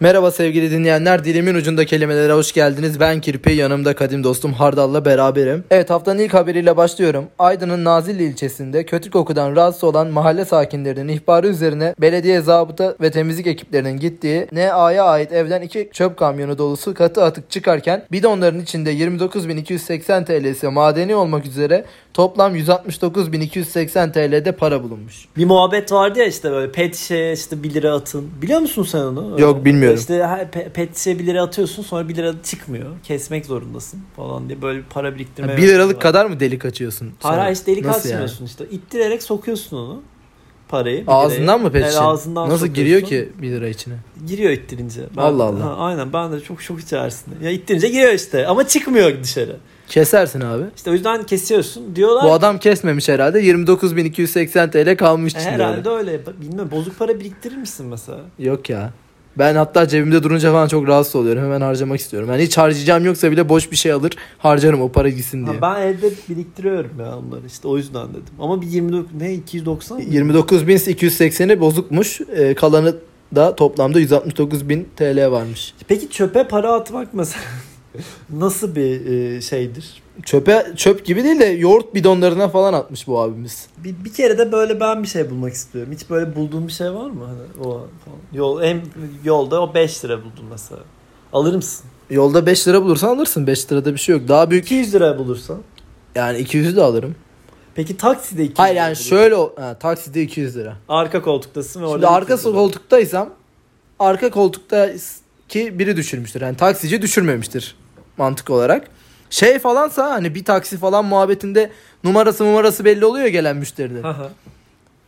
Merhaba sevgili dinleyenler. Dilimin ucunda kelimelere hoş geldiniz. Ben Kirpi, yanımda kadim dostum Hardal'la beraberim. Evet haftanın ilk haberiyle başlıyorum. Aydın'ın Nazilli ilçesinde kötü kokudan rahatsız olan mahalle sakinlerinin ihbarı üzerine belediye zabıta ve temizlik ekiplerinin gittiği NA'ya ait evden iki çöp kamyonu dolusu katı atık çıkarken bidonların içinde 29.280 TL'si madeni olmak üzere toplam 169.280 TL'de para bulunmuş. Bir muhabbet vardı ya işte böyle pet şişeye işte 1 lira atın. Biliyor musun sen onu? Öyle. Yok, bilmiyorum. İşte ha- pe- pet şişeye 1 lira atıyorsun sonra 1 lira çıkmıyor. Kesmek zorundasın falan diye böyle bir para biriktirme. 1 yöntemi liralık var. kadar mı delik açıyorsun? Hayır sonra? hayır, işte delik Nasıl açmıyorsun işte. İttirerek sokuyorsun onu. Parayı. bir liraya. Ağzından mı pet Evet, şişe? ağzından Nasıl sokuyorsun. giriyor ki 1 lira içine? Giriyor ittirince. Allah Allah. Ha, aynen ben de çok şok içerisinde. Ya ittirince giriyor işte ama çıkmıyor dışarı. Kesersin abi. İşte o yüzden kesiyorsun. Diyorlar Bu adam kesmemiş herhalde. 29.280 TL kalmış ki, "E, içinde. herhalde öyle. Bilmem bozuk para biriktirir misin mesela? Yok ya. Ben hatta cebimde durunca falan çok rahatsız oluyorum. Hemen harcamak istiyorum. Yani hiç harcayacağım yoksa bile boş bir şey alır harcarım o para gitsin Ha, diye. ben evde biriktiriyorum ya onları işte o yüzden dedim. Ama bir 29 ne 290 mı? 29.280'i bozukmuş. Ee, kalanı da toplamda 169.000 TL varmış. Peki çöpe para atmak mesela nasıl bir e, şeydir? Çöpe çöp gibi değil de yoğurt bidonlarına falan atmış bu abimiz. Bir, bir kere de böyle ben bir şey bulmak istiyorum. Hiç böyle bulduğum bir şey var mı? Hani o falan. Yol en yolda o 5 lira buldun mesela. Alır mısın? Yolda 5 lira bulursan alırsın. 5 lirada bir şey yok. Daha büyük 200 lira bulursan. yani 200'ü de alırım. Peki takside 200 Hayır lira yani bulursan. şöyle o- ha, takside 200 lira. arka koltuktasın ve orada Şimdi 200 arka lira. koltuktaysam arka koltuktaki biri düşürmüştür. Yani taksici düşürmemiştir mantık olarak. Şey falansa hani bir taksi falan muhabbetinde numarası numarası belli oluyor gelen müşterinin. Aha.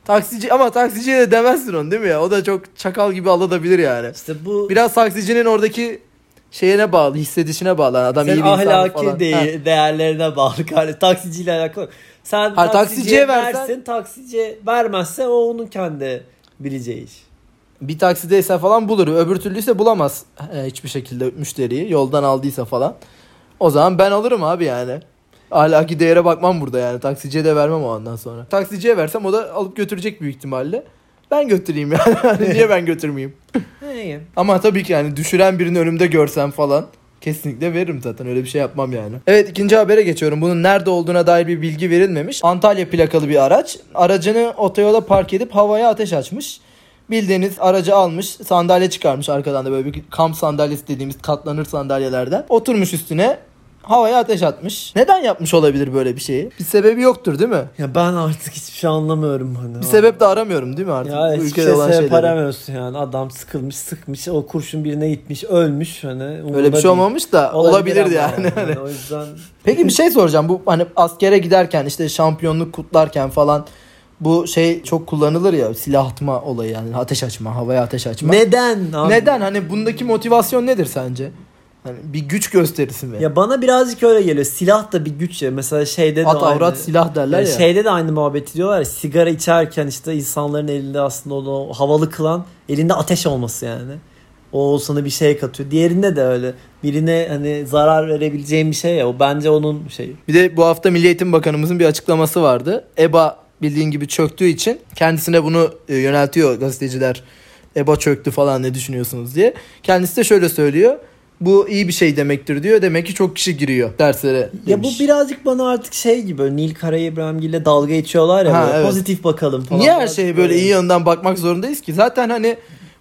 Taksici ama taksiciye de demezsin onu değil mi ya? O da çok çakal gibi aldatabilir yani. İşte bu Biraz taksicinin oradaki şeyine bağlı, hissedişine bağlı. Yani adam Sen iyi bir insan ahlaki falan. de- Ha. değerlerine bağlı. Yani taksiciyle alakalı. Sen Hayır, taksiciye, taksiciye versen, versen- taksiciye vermezse o onun kendi bileceği iş. Bir taksideyse falan bulur. Öbür türlüyse bulamaz e, hiçbir şekilde müşteriyi. Yoldan aldıysa falan. O zaman ben alırım abi yani. Ahlaki değere bakmam burada yani. Taksiciye de vermem o andan sonra. Taksiciye versem o da alıp götürecek büyük ihtimalle. Ben götüreyim yani. Hani Niye ben götürmeyeyim? Hayır. Ama tabii ki yani düşüren birini önümde görsem falan kesinlikle veririm zaten. Öyle bir şey yapmam yani. Evet ikinci habere geçiyorum. Bunun nerede olduğuna dair bir bilgi verilmemiş. Antalya plakalı bir araç. Aracını otoyola park edip havaya ateş açmış. Bildiğiniz aracı almış, sandalye çıkarmış arkadan da böyle bir kamp sandalyesi dediğimiz katlanır sandalyelerden. Oturmuş üstüne havaya ateş atmış. Neden yapmış olabilir böyle bir şeyi? Bir sebebi yoktur değil mi? Ya ben artık hiçbir şey anlamıyorum hani. Bir sebep de aramıyorum değil mi artık? ya bu hiçbir ülkede şey olan sebep şeyleri. aramıyorsun yani. Adam sıkılmış, sıkmış, o kurşun birine gitmiş, ölmüş hani. Öyle bir şey olmamış da olabilirdi yani. yani. O yüzden Peki bir şey soracağım. Bu hani askere giderken işte şampiyonluk kutlarken falan bu şey çok kullanılır ya silah atma olayı yani ateş açma, havaya ateş açma. neden? abi? Neden hani bundaki motivasyon nedir sence? Hani bir güç gösterisi mi? Ya bana birazcık öyle geliyor. Silah da bir güç ya. Mesela şeyde de At avrat aynı. silah derler Yani ya. Hani Şeyde de aynı muhabbeti diyorlar ya sigara içerken işte insanların elinde aslında onu havalı kılan elinde ateş olması yani. O sana bir şey katıyor. Diğerinde de öyle. Birine hani zarar verebileceğin bir şey ya. O bence onun şeyi. Bir de bu hafta Milli Eğitim Bakanımızın bir açıklaması vardı. EBA bildiğin gibi çöktüğü için kendisine bunu e, yöneltiyor gazeteciler. EBA çöktü falan ne düşünüyorsunuz diye. Kendisi de şöyle söylüyor. Bu iyi bir şey demektir diyor. Demek ki çok kişi giriyor derslere. Ya bu demiş. birazcık bana artık şey gibi böyle Nil Kara İbrahimgil'le dalga geçiyorlar ya. Ha, böyle, evet. Pozitif bakalım falan. Niye her Birazcık şeye böyle iyi yanından bakmak zorundayız ki? Zaten hani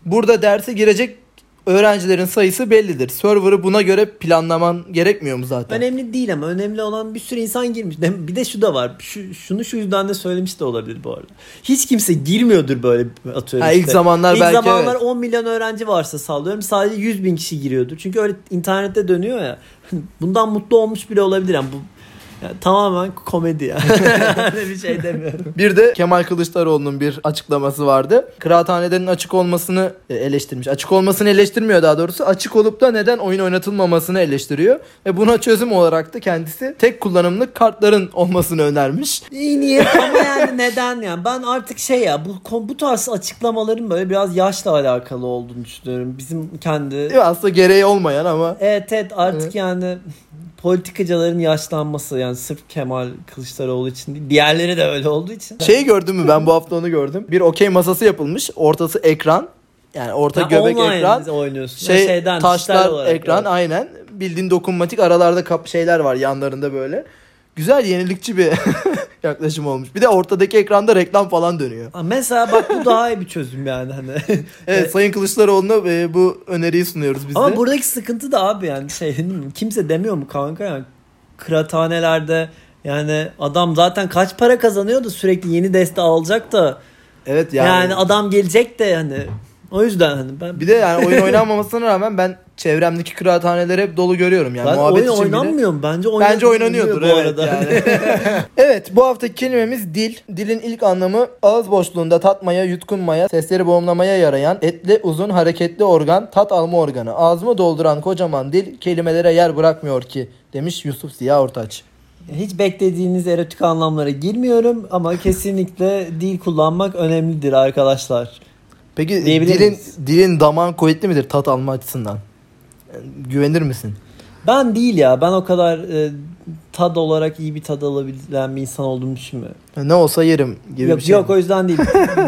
burada derse girecek öğrencilerin sayısı bellidir. Server'ı buna göre planlaman gerekmiyor mu zaten? Önemli değil ama önemli olan bir sürü insan girmiş. Ne- Bir de şu da var. Şu, şunu şu yüzden de söylemiş de olabilir bu arada. Hiç kimse girmiyordur böyle atıyorum Ha, işte. ilk zamanlar İlk belki zamanlar evet. 10 milyon öğrenci varsa sallıyorum sadece 100 bin kişi giriyordur. Çünkü öyle internette dönüyor ya. Bundan mutlu olmuş bile olabilir. Yani bu yani tamamen komedi yani. Yani bir şey demiyorum. Bir de Kemal Kılıçdaroğlu'nun bir açıklaması vardı. Kıraathanelerin açık olmasını e, eleştirmiş. Açık olmasını eleştirmiyor daha doğrusu. Açık olup da neden oyun oynatılmamasını eleştiriyor. Ve buna çözüm olarak da kendisi tek kullanımlık kartların olmasını önermiş. İyi niyet ama yani neden yani? Ben artık şey ya bu, kom- bu tarz açıklamaların böyle biraz yaşla alakalı olduğunu düşünüyorum. Bizim kendi E, Aslında gereği olmayan ama Evet evet artık Evet. yani politikacıların yaşlanması yani sırf Kemal Kılıçdaroğlu için değil. Diğerleri Şey, de öyle olduğu için. Şeyi gördün mü ben bu hafta onu gördüm. Bir okey masası yapılmış. Ortası ekran. yani orta Ha, göbek online ekran oynuyorsun. Ha, şey şeyden, dijital taşlar olarak, ekran evet. aynen bildiğin dokunmatik aralarda kap şeyler var yanlarında böyle. Güzel yenilikçi bir yaklaşım olmuş. Bir de ortadaki ekranda reklam falan dönüyor. Ha, Mesela bak bu daha iyi bir çözüm yani hani. Evet, Sayın Kılıçdaroğlu'na e, bu öneriyi sunuyoruz biz de. Ama buradaki sıkıntı da abi yani şey değil mi? kimse demiyor mu kanka yani kıraathanelerde yani adam zaten kaç para kazanıyor da sürekli yeni deste alacak da evet yani, yani. adam gelecek de yani o yüzden hani ben Bir de yani oyun oynanmamasına rağmen ben çevremdeki kıraathaneleri hep dolu görüyorum yani Zaten muhabbet oyun için bile. oynanmıyor mu? Bence Bence oynanıyor oynanıyordur bu evet arada. yani. evet bu haftaki kelimemiz dil. Dilin ilk anlamı ağız boşluğunda tatmaya, yutkunmaya, sesleri boğumlamaya yarayan etli, uzun, hareketli organ, tat alma organı. Ağzımı dolduran kocaman dil kelimelere yer bırakmıyor ki demiş Yusuf Ziya Ortaç. Hiç beklediğiniz erotik anlamlara girmiyorum ama kesinlikle dil kullanmak önemlidir arkadaşlar. Peki Diyebilir dilin miyiz? dilin damağın kuvvetli midir tat alma açısından? Güvenir misin? Ben değil ya. Ben o kadar e, tad olarak iyi bir tad alabilen bir insan olduğumu düşünmüyorum. Ne olsa yerim gibi yok bir şey. yok o yüzden değil.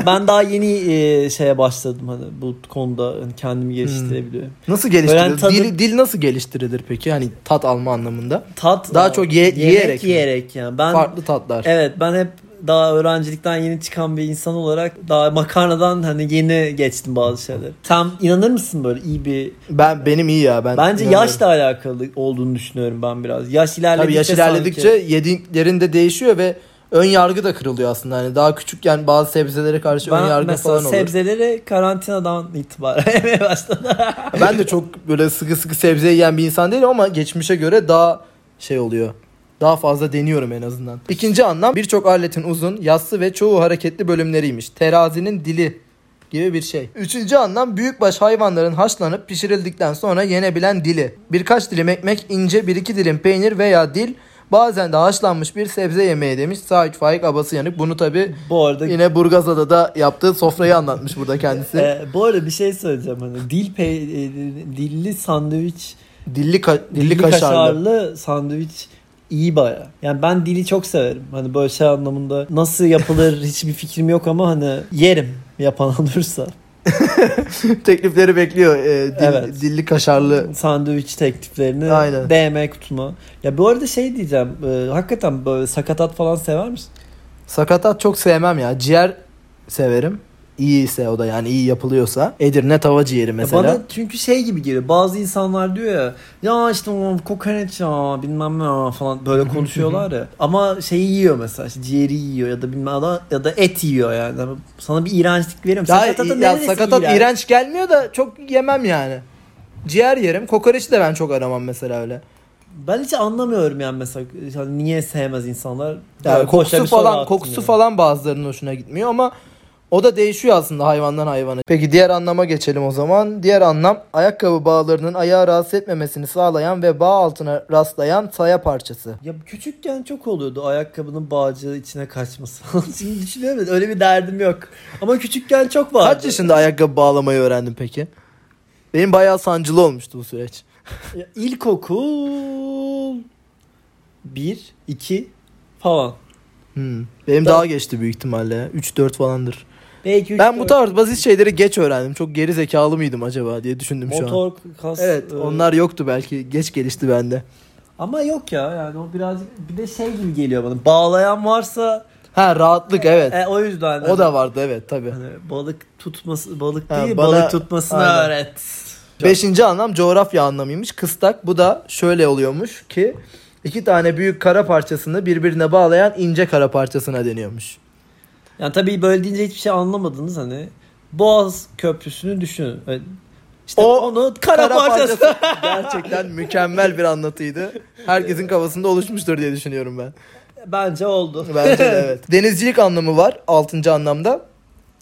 ben daha yeni e, şeye başladım hani bu konuda hani kendimi Hmm. geliştirebiliyorum. Nasıl Öğren geliştirilir? tadı- Dil, dil nasıl geliştirilir peki? Hani tat alma anlamında. Tat Daha çok ye- yemek yiyerek mi? yiyerek yani. Ben E- Farklı tatlar. evet ben hep daha öğrencilikten yeni çıkan bir insan olarak daha makarnadan hani yeni geçtim bazı şeyler. Sen inanır mısın böyle iyi bir Ben benim iyi ya ben. Bence inanıyorum. yaşla alakalı olduğunu düşünüyorum ben biraz. Yaş ilerledikçe Tabii yaş ilerledikçe sanki. yediklerin de değişiyor ve ön yargı da kırılıyor aslında. Hani daha küçükken bazı sebzelere karşı ön ben yargı mesela falan olur. sebzeleri karantinadan itibaren yemeye başladım. Ben de çok böyle sıkı sıkı sebze yiyen bir insan değilim ama geçmişe göre daha şey oluyor. Daha fazla deniyorum en azından. İkinci anlam birçok aletin uzun, yassı ve çoğu hareketli bölümleriymiş. Terazinin dili gibi bir şey. Üçüncü anlam büyükbaş hayvanların haşlanıp pişirildikten sonra yenebilen dili. Birkaç dilim ekmek, ince bir iki dilim peynir veya dil bazen de haşlanmış bir sebze yemeği demiş Sait Faik Abası Yanık. Bunu tabi Bu arada yine Burgazada da yaptığı sofrayı anlatmış burada kendisi. e, bu arada bir şey söyleyeceğim hani dil pe- e, dilli sandviç Dilli, ka- dilli, dilli kaşarlı. kaşarlı sandviç iyi baya. Yani ben dili çok severim. Hani böyle şey anlamında nasıl yapılır hiçbir fikrim yok ama hani yerim yapan olursa. Teklifleri bekliyor. e, dil- Evet. Dilli kaşarlı. sandviç tekliflerini Aynen. DM kutuma. Ya bu arada şey diyeceğim. e, hakikaten böyle sakatat falan sever misin? Sakatat çok sevmem ya. Ciğer severim. İyiyse o da yani iyi yapılıyorsa. Edirne tava ciğeri mesela. E, Bana çünkü şey gibi geliyor. Bazı insanlar diyor ya ya işte o kokoreç ya bilmem ne ya" falan böyle konuşuyorlar ya. Ama şeyi yiyor mesela işte ciğeri yiyor ya da bilmem ne, ya da et yiyor yani. Ama Sana bir iğrençlik veriyorum. Daha Sakatatın iyi- ya neresi sakatat iğrenç? iğrenç. gelmiyor da çok yemem yani. Ciğer yerim. Kokoreçi de ben çok aramam mesela öyle. Ben hiç anlamıyorum yani mesela hani niye sevmez insanlar. Yani Böyle boşa kokusu bir soru falan attım kokusu yani. falan bazılarının hoşuna gitmiyor ama o da değişiyor aslında hayvandan hayvana. Peki diğer anlama geçelim o zaman. Diğer anlam ayakkabı bağlarının ayağı rahatsız etmemesini sağlayan ve bağ altına rastlayan saya parçası. Ya küçükken çok oluyordu ayakkabının bağcığı içine kaçması falan. Şimdi düşünüyorum da öyle bir derdim yok. Ama küçükken çok vardı. Kaç yaşında ayakkabı bağlamayı öğrendin peki? Benim bayağı sancılı olmuştu bu süreç. Ya İlkokul 1, 2 falan. Hmm. Benim Ben- daha geçti büyük ihtimalle. 3-4 falandır. Belki üç, Ben bu dört. tarz basit şeyleri geç öğrendim. Çok geri zekalı mıydım acaba diye düşündüm şu an. motor kas. Evet e, onlar yoktu belki. Geç gelişti bende. Ama yok ya yani o birazcık bir de şey gibi geliyor bana. Bağlayan varsa Ha rahatlık evet. e, o yüzden. O da vardı evet tabi. Hani balık tutması balık Ha, değil bana- balık tutmasını Aynen. öğret. Beşinci anlam coğrafya anlamıymış. Kıstak bu da şöyle oluyormuş ki iki tane büyük kara parçasını birbirine bağlayan ince kara parçasına deniyormuş. Yani tabii böyle deyince hiçbir şey anlamadınız hani. Boğaz Köprüsü'nü düşünün. Evet. İşte O onu kara, parçası. gerçekten mükemmel bir anlatıydı. Herkesin kafasında oluşmuştur diye düşünüyorum ben. Bence oldu. Bence de evet. Denizcilik anlamı var altıncı anlamda.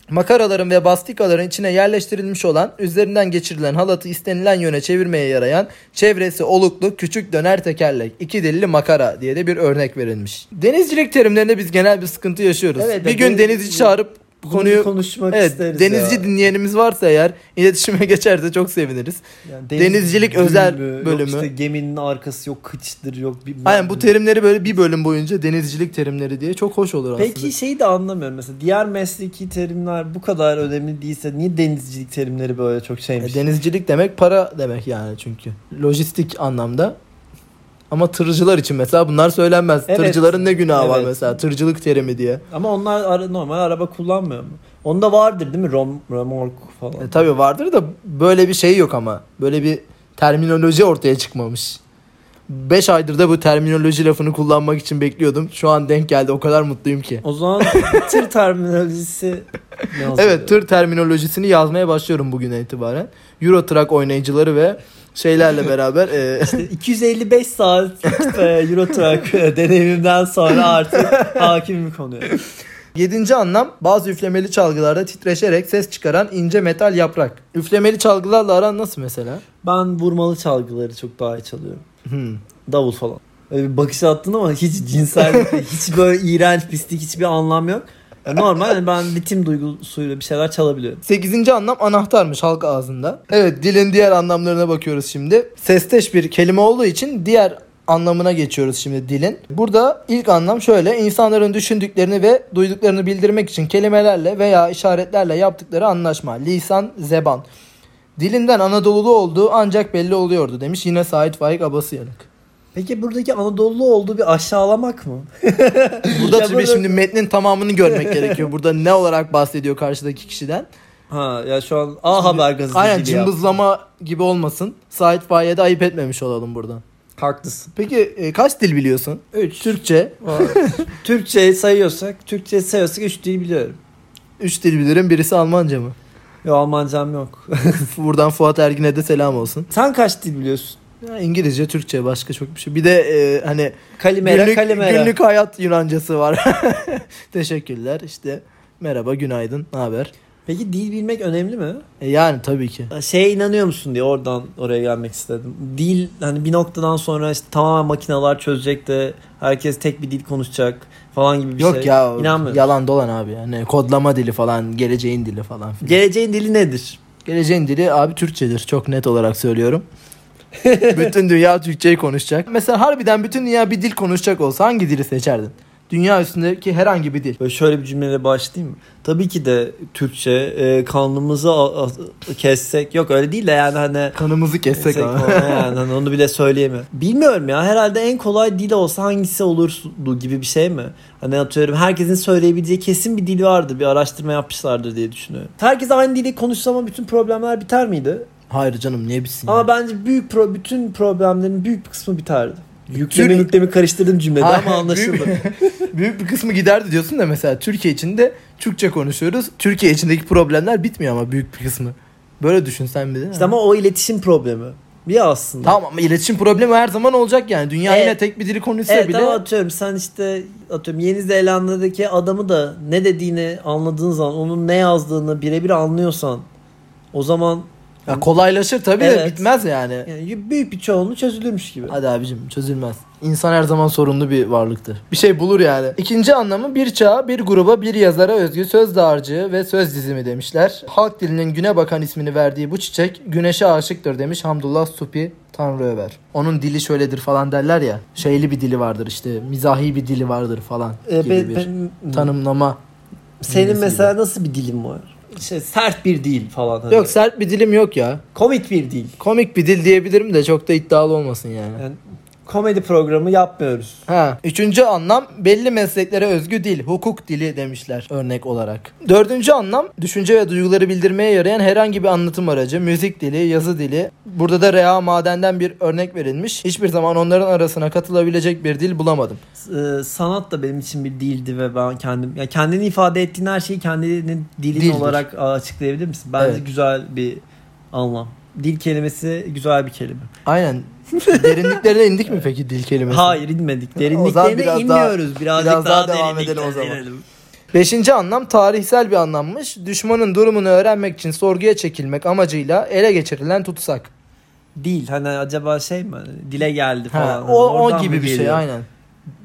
Makaraların ve bastikaların içine yerleştirilmiş olan, üzerinden geçirilen halatı istenilen yöne çevirmeye yarayan, çevresi oluklu, küçük döner tekerlek, iki dilli makara diye de bir örnek verilmiş. Denizcilik terimlerinde biz genel bir sıkıntı yaşıyoruz. Evet, bir evet, gün deniz- denizci çağırıp bu Bunu konuyu konuşmak evet, isteriz. denizci ya. dinleyenimiz varsa eğer iletişime geçerse çok seviniriz. Yani denizcilik özel yok bölümü. işte geminin arkası yok kıçtır yok. bilmem Aynen bu ne. terimleri böyle bir bölüm boyunca denizcilik terimleri diye çok hoş olur aslında. Peki şeyi de anlamıyorum mesela diğer mesleki terimler bu kadar önemli değilse niye denizcilik terimleri böyle çok şeymiş? E, denizcilik demek para demek yani çünkü. Lojistik anlamda. Ama tırcılar için mesela bunlar söylenmez. Evet. Tırcıların ne günahı var Evet. mesela tırcılık terimi diye. E, Ama onlar ara- normal araba kullanmıyor mu? Onda vardır değil mi? Rom, remork falan. E, tabii vardır da böyle bir şey yok ama. Böyle bir terminoloji ortaya çıkmamış. 5 aydır da bu terminoloji lafını kullanmak için bekliyordum. Şu an denk geldi o kadar mutluyum ki. O zaman tır terminolojisi ne Evet tır terminolojisini yazmaya başlıyorum bugüne itibaren. Euro Truck oynayıcıları ve şeylerle beraber e, 255 saat e, Euro Truck e, deneyimimden sonra artık hakim bir konuya. Yedinci anlam bazı üflemeli çalgılarda titreşerek ses çıkaran ince metal yaprak. Üflemeli çalgılarla aran nasıl mesela? Ben vurmalı çalgıları çok daha iyi çalıyorum. Hmm. Davul falan. Öyle bir bakış attın ama hiç cinsel, hiç böyle iğrenç, pislik hiçbir anlam yok. E, Normal yani ben ritim duygusuyla bir şeyler çalabiliyorum. Sekizinci anlam anahtarmış halk ağzında. Evet dilin diğer anlamlarına bakıyoruz şimdi. Sesteş bir kelime olduğu için diğer anlamına geçiyoruz şimdi dilin. Burada ilk anlam şöyle insanların düşündüklerini ve duyduklarını bildirmek için kelimelerle veya işaretlerle yaptıkları anlaşma. Lisan, zeban. Dilinden Anadolu'lu olduğu ancak belli oluyordu demiş yine Sait Faik Abasıyanık. Peki buradaki Anadolu olduğu bir aşağılamak mı? Burada Ya tabii burada- şimdi metnin tamamını görmek gerekiyor. Burada ne olarak bahsediyor karşıdaki kişiden. Ha ya şu an A Haber gazetesi Aynen gibi yaptım. cımbızlama gibi olmasın. Sait Faik'e de ayıp etmemiş olalım buradan. Haklısın. Peki e, kaç dil biliyorsun? 3. Türkçe. Türkçe sayıyorsak, Türkçe sayıyorsak 3 dil biliyorum. 3 dil bilirim. Birisi Almanca mı? Yo Almancam yok. Buradan Fuat Ergin'e de selam olsun. Sen kaç dil biliyorsun? Ya, İngilizce, Türkçe başka çok bir şey. Bir de e, hani Kalimera, günlük, kalimera. günlük hayat Yunancası var. Teşekkürler. İşte merhaba, günaydın, ne haber? Peki dil bilmek önemli mi? E, yani tabii ki. Ee, Şeye inanıyor musun diye oradan oraya gelmek istedim. Dil hani bir noktadan sonra işte tamamen makineler çözecek de herkes tek bir dil konuşacak falan gibi bir Yok şey. ya İnanmıyorum. yalan dolan abi yani kodlama dili falan geleceğin dili falan. filan. Geleceğin dili nedir? Geleceğin dili abi Türkçedir çok net olarak söylüyorum. bütün dünya Türkçeyi konuşacak. Mesela harbiden bütün dünya bir dil konuşacak olsa hangi dili seçerdin? Dünya üstündeki herhangi bir dil. Böyle şöyle bir cümleyle başlayayım mı? Tabii ki de Türkçe e, kanımızı a- a- kessek. Yok öyle değil de yani hani Kanımızı kessek Tek ama. ona yani hani onu bile söyleyemiyorum. Bilmiyorum ya herhalde en kolay dil olsa hangisi olurdu gibi bir şey mi? Hani atıyorum herkesin söyleyebileceği kesin bir dil vardır. Bir araştırma yapmışlardır diye düşünüyorum. Herkes aynı dili konuşsa ama bütün problemler biter miydi? Hayır canım niye bitsin? ya? Ama bence büyük pro- bütün problemlerin büyük bir kısmı biterdi. Yüklemi Tür- yüklemi karıştırdım cümlede Hayır, ama anlaşıldı. Büyük bir kısmı giderdi diyorsun da mesela Türkiye içinde Türkçe konuşuyoruz. Türkiye içindeki problemler bitmiyor ama büyük bir kısmı. Böyle düşün sen bir de. İşte ama o iletişim problemi. Bir aslında. Tamam ama iletişim problemi her zaman olacak yani. Dünya Evet. yine tek bir dili konuşsa Evet bile. ama atıyorum sen işte atıyorum Yeni Zelanda'daki adamı da ne dediğini anladığın zaman onun ne yazdığını birebir anlıyorsan o zaman Ya kolaylaşır tabii de Evet. bitmez yani. yani büyük bir çoğunluğu çözülürmüş gibi. Hadi abicim çözülmez. İnsan her zaman sorumlu bir varlıktır. Bir şey bulur yani. İkinci anlamı bir çağa, bir gruba, bir yazara özgü söz dağarcığı ve söz dizimi demişler. Halk dilinin güne bakan ismini verdiği bu çiçek güneşe aşıktır demiş Hamdullah Supi Tanrıöver. Onun dili şöyledir falan derler ya. Şeyli bir dili vardır işte. Mizahi bir dili vardır falan Ee, gibi ben- bir ben- tanımlama. senin Neyse. mesela nasıl bir dilin var? İşte sert bir dil falan. hani. Yok sert bir dilim yok ya. Komik bir dil. Komik bir dil diyebilirim de çok da iddialı olmasın yani. Yani komedi programı yapmıyoruz. Ha. Üçüncü anlam belli mesleklere özgü dil, hukuk dili demişler örnek olarak. Dördüncü anlam düşünce ve duyguları bildirmeye yarayan herhangi bir anlatım aracı, müzik dili, yazı dili. Burada da Rea Maden'den bir örnek verilmiş. Hiçbir zaman onların arasına katılabilecek bir dil bulamadım. Ee, sanat da benim için bir dildi ve ben kendim ya kendini ifade ettiğin her şeyi kendinin dilin Dildir. olarak aa, açıklayabilir misin? Bence Evet. güzel bir anlam. Dil kelimesi güzel bir kelime. Aynen. Derinliklerine indik mi peki dil kelimesi? Hayır inmedik. O zaman Derinliklerine biraz daha- inmiyoruz. Birazcık biraz daha, daha devam derinliklere edelim o zaman. inelim. Beşinci anlam tarihsel bir anlammış. Düşmanın durumunu öğrenmek için sorguya çekilmek amacıyla ele geçirilen tutsak. Dil hani acaba şey mi? Hani Dile geldi falan. Ha, Hani o, oradan o mı gibi bir şey geliyor? aynen.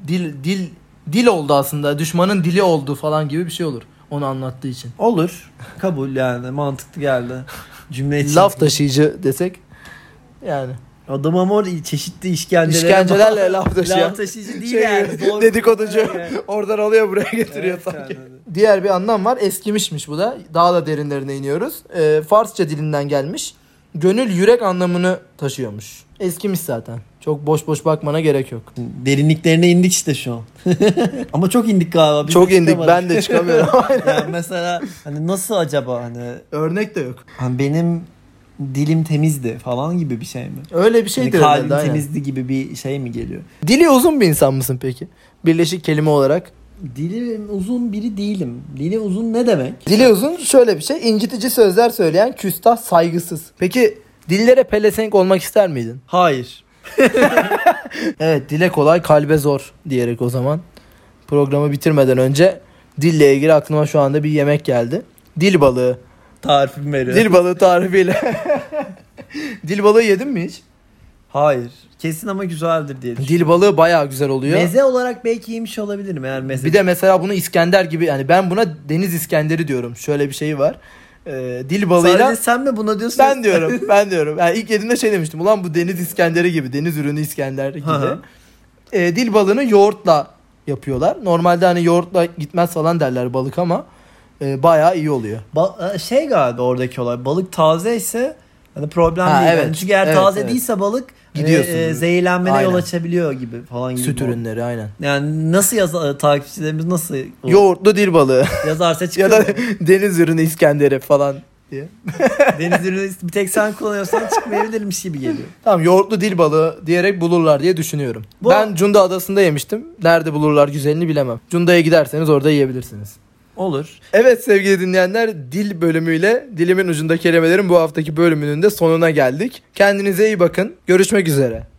Dil dil dil oldu aslında. Düşmanın dili oldu falan gibi bir şey olur. Onu anlattığı için. Olur. Kabul yani. Mantıklı geldi. Cümle için. Laf taşıyıcı desek yani. Adam ama orada çeşitli işkenceler. İşkencelerle laf taşıyan. Laf taşıyıcı değil Şey, yani. Doğru. dedikoducu Evet. oradan alıyor buraya getiriyor Evet, sanki. yani. Diğer bir anlam var. Eskimişmiş bu da. Daha da derinlerine iniyoruz. Ee, Farsça dilinden gelmiş. Gönül yürek anlamını taşıyormuş. Eskimiş zaten. Çok boş boş bakmana gerek yok. Derinliklerine indik işte şu an. ama çok indik galiba. Biz Çok hiç indik çıkamadık. ben de çıkamıyorum. yani mesela hani nasıl acaba hani, Örnek de yok. hani benim dilim temizdi falan gibi bir şey mi? Öyle bir şey Hani de kalbim herhalde, aynen. temizdi gibi bir şey mi geliyor? Dili uzun bir insan mısın peki? Birleşik kelime olarak. Dilim uzun biri değilim. Dili uzun ne demek? Dili uzun şöyle bir şey. incitici sözler söyleyen küstah saygısız. Peki dillere pelesenk olmak ister miydin? Hayır. Evet dile kolay kalbe zor diyerek o zaman programı bitirmeden önce dille ilgili aklıma şu anda bir yemek geldi. Dil balığı. Tarifim veriyor. Dil balığı tarifiyle. Dil balığı yedin mi hiç? Hayır. Kesin ama güzeldir diye düşünüyorum. Dil balığı bayağı güzel oluyor. Meze olarak belki yemiş olabilirim eğer meze. Bir de mesela bunu İskender gibi yani ben buna deniz İskenderi diyorum. Şöyle bir şey var. Ee, dil balığıyla Sadece sen mi buna diyorsun? ben diyorum. Ben diyorum. Yani ilk yediğimde şey demiştim. Ulan bu deniz İskenderi gibi. Deniz ürünü İskender gibi. Hı hı. Ee, dil balığını yoğurtla yapıyorlar. Normalde hani yoğurtla gitmez falan derler balık ama e, bayağı iyi oluyor. Ba- e, şey galiba oradaki olay. Balık taze ise hani problem Ha, değil. evet. Yani çünkü eğer Evet, taze evet. değilse balık hani, Gidiyorsun. e, zehirlenmene yol Aynen. açabiliyor gibi falan gibi. Süt bir- ürünleri aynen. Yani nasıl yaz e, takipçilerimiz nasıl Yoğurtlu dil balığı yazarsa çıkıyor. ya da deniz ürünü İskenderi falan diye. Deniz ürünü bir tek sen kullanıyorsan çıkmayabilirmiş gibi geliyor. Tamam yoğurtlu dil balığı diyerek bulurlar diye düşünüyorum. Bu- Ben Cunda Adası'nda yemiştim. Nerede bulurlar güzelini bilemem. Cunda'ya giderseniz orada yiyebilirsiniz. Olur. Evet sevgili dinleyenler dil bölümüyle dilimin ucunda kelimelerin bu haftaki bölümünün de sonuna geldik. Kendinize iyi bakın. Görüşmek üzere.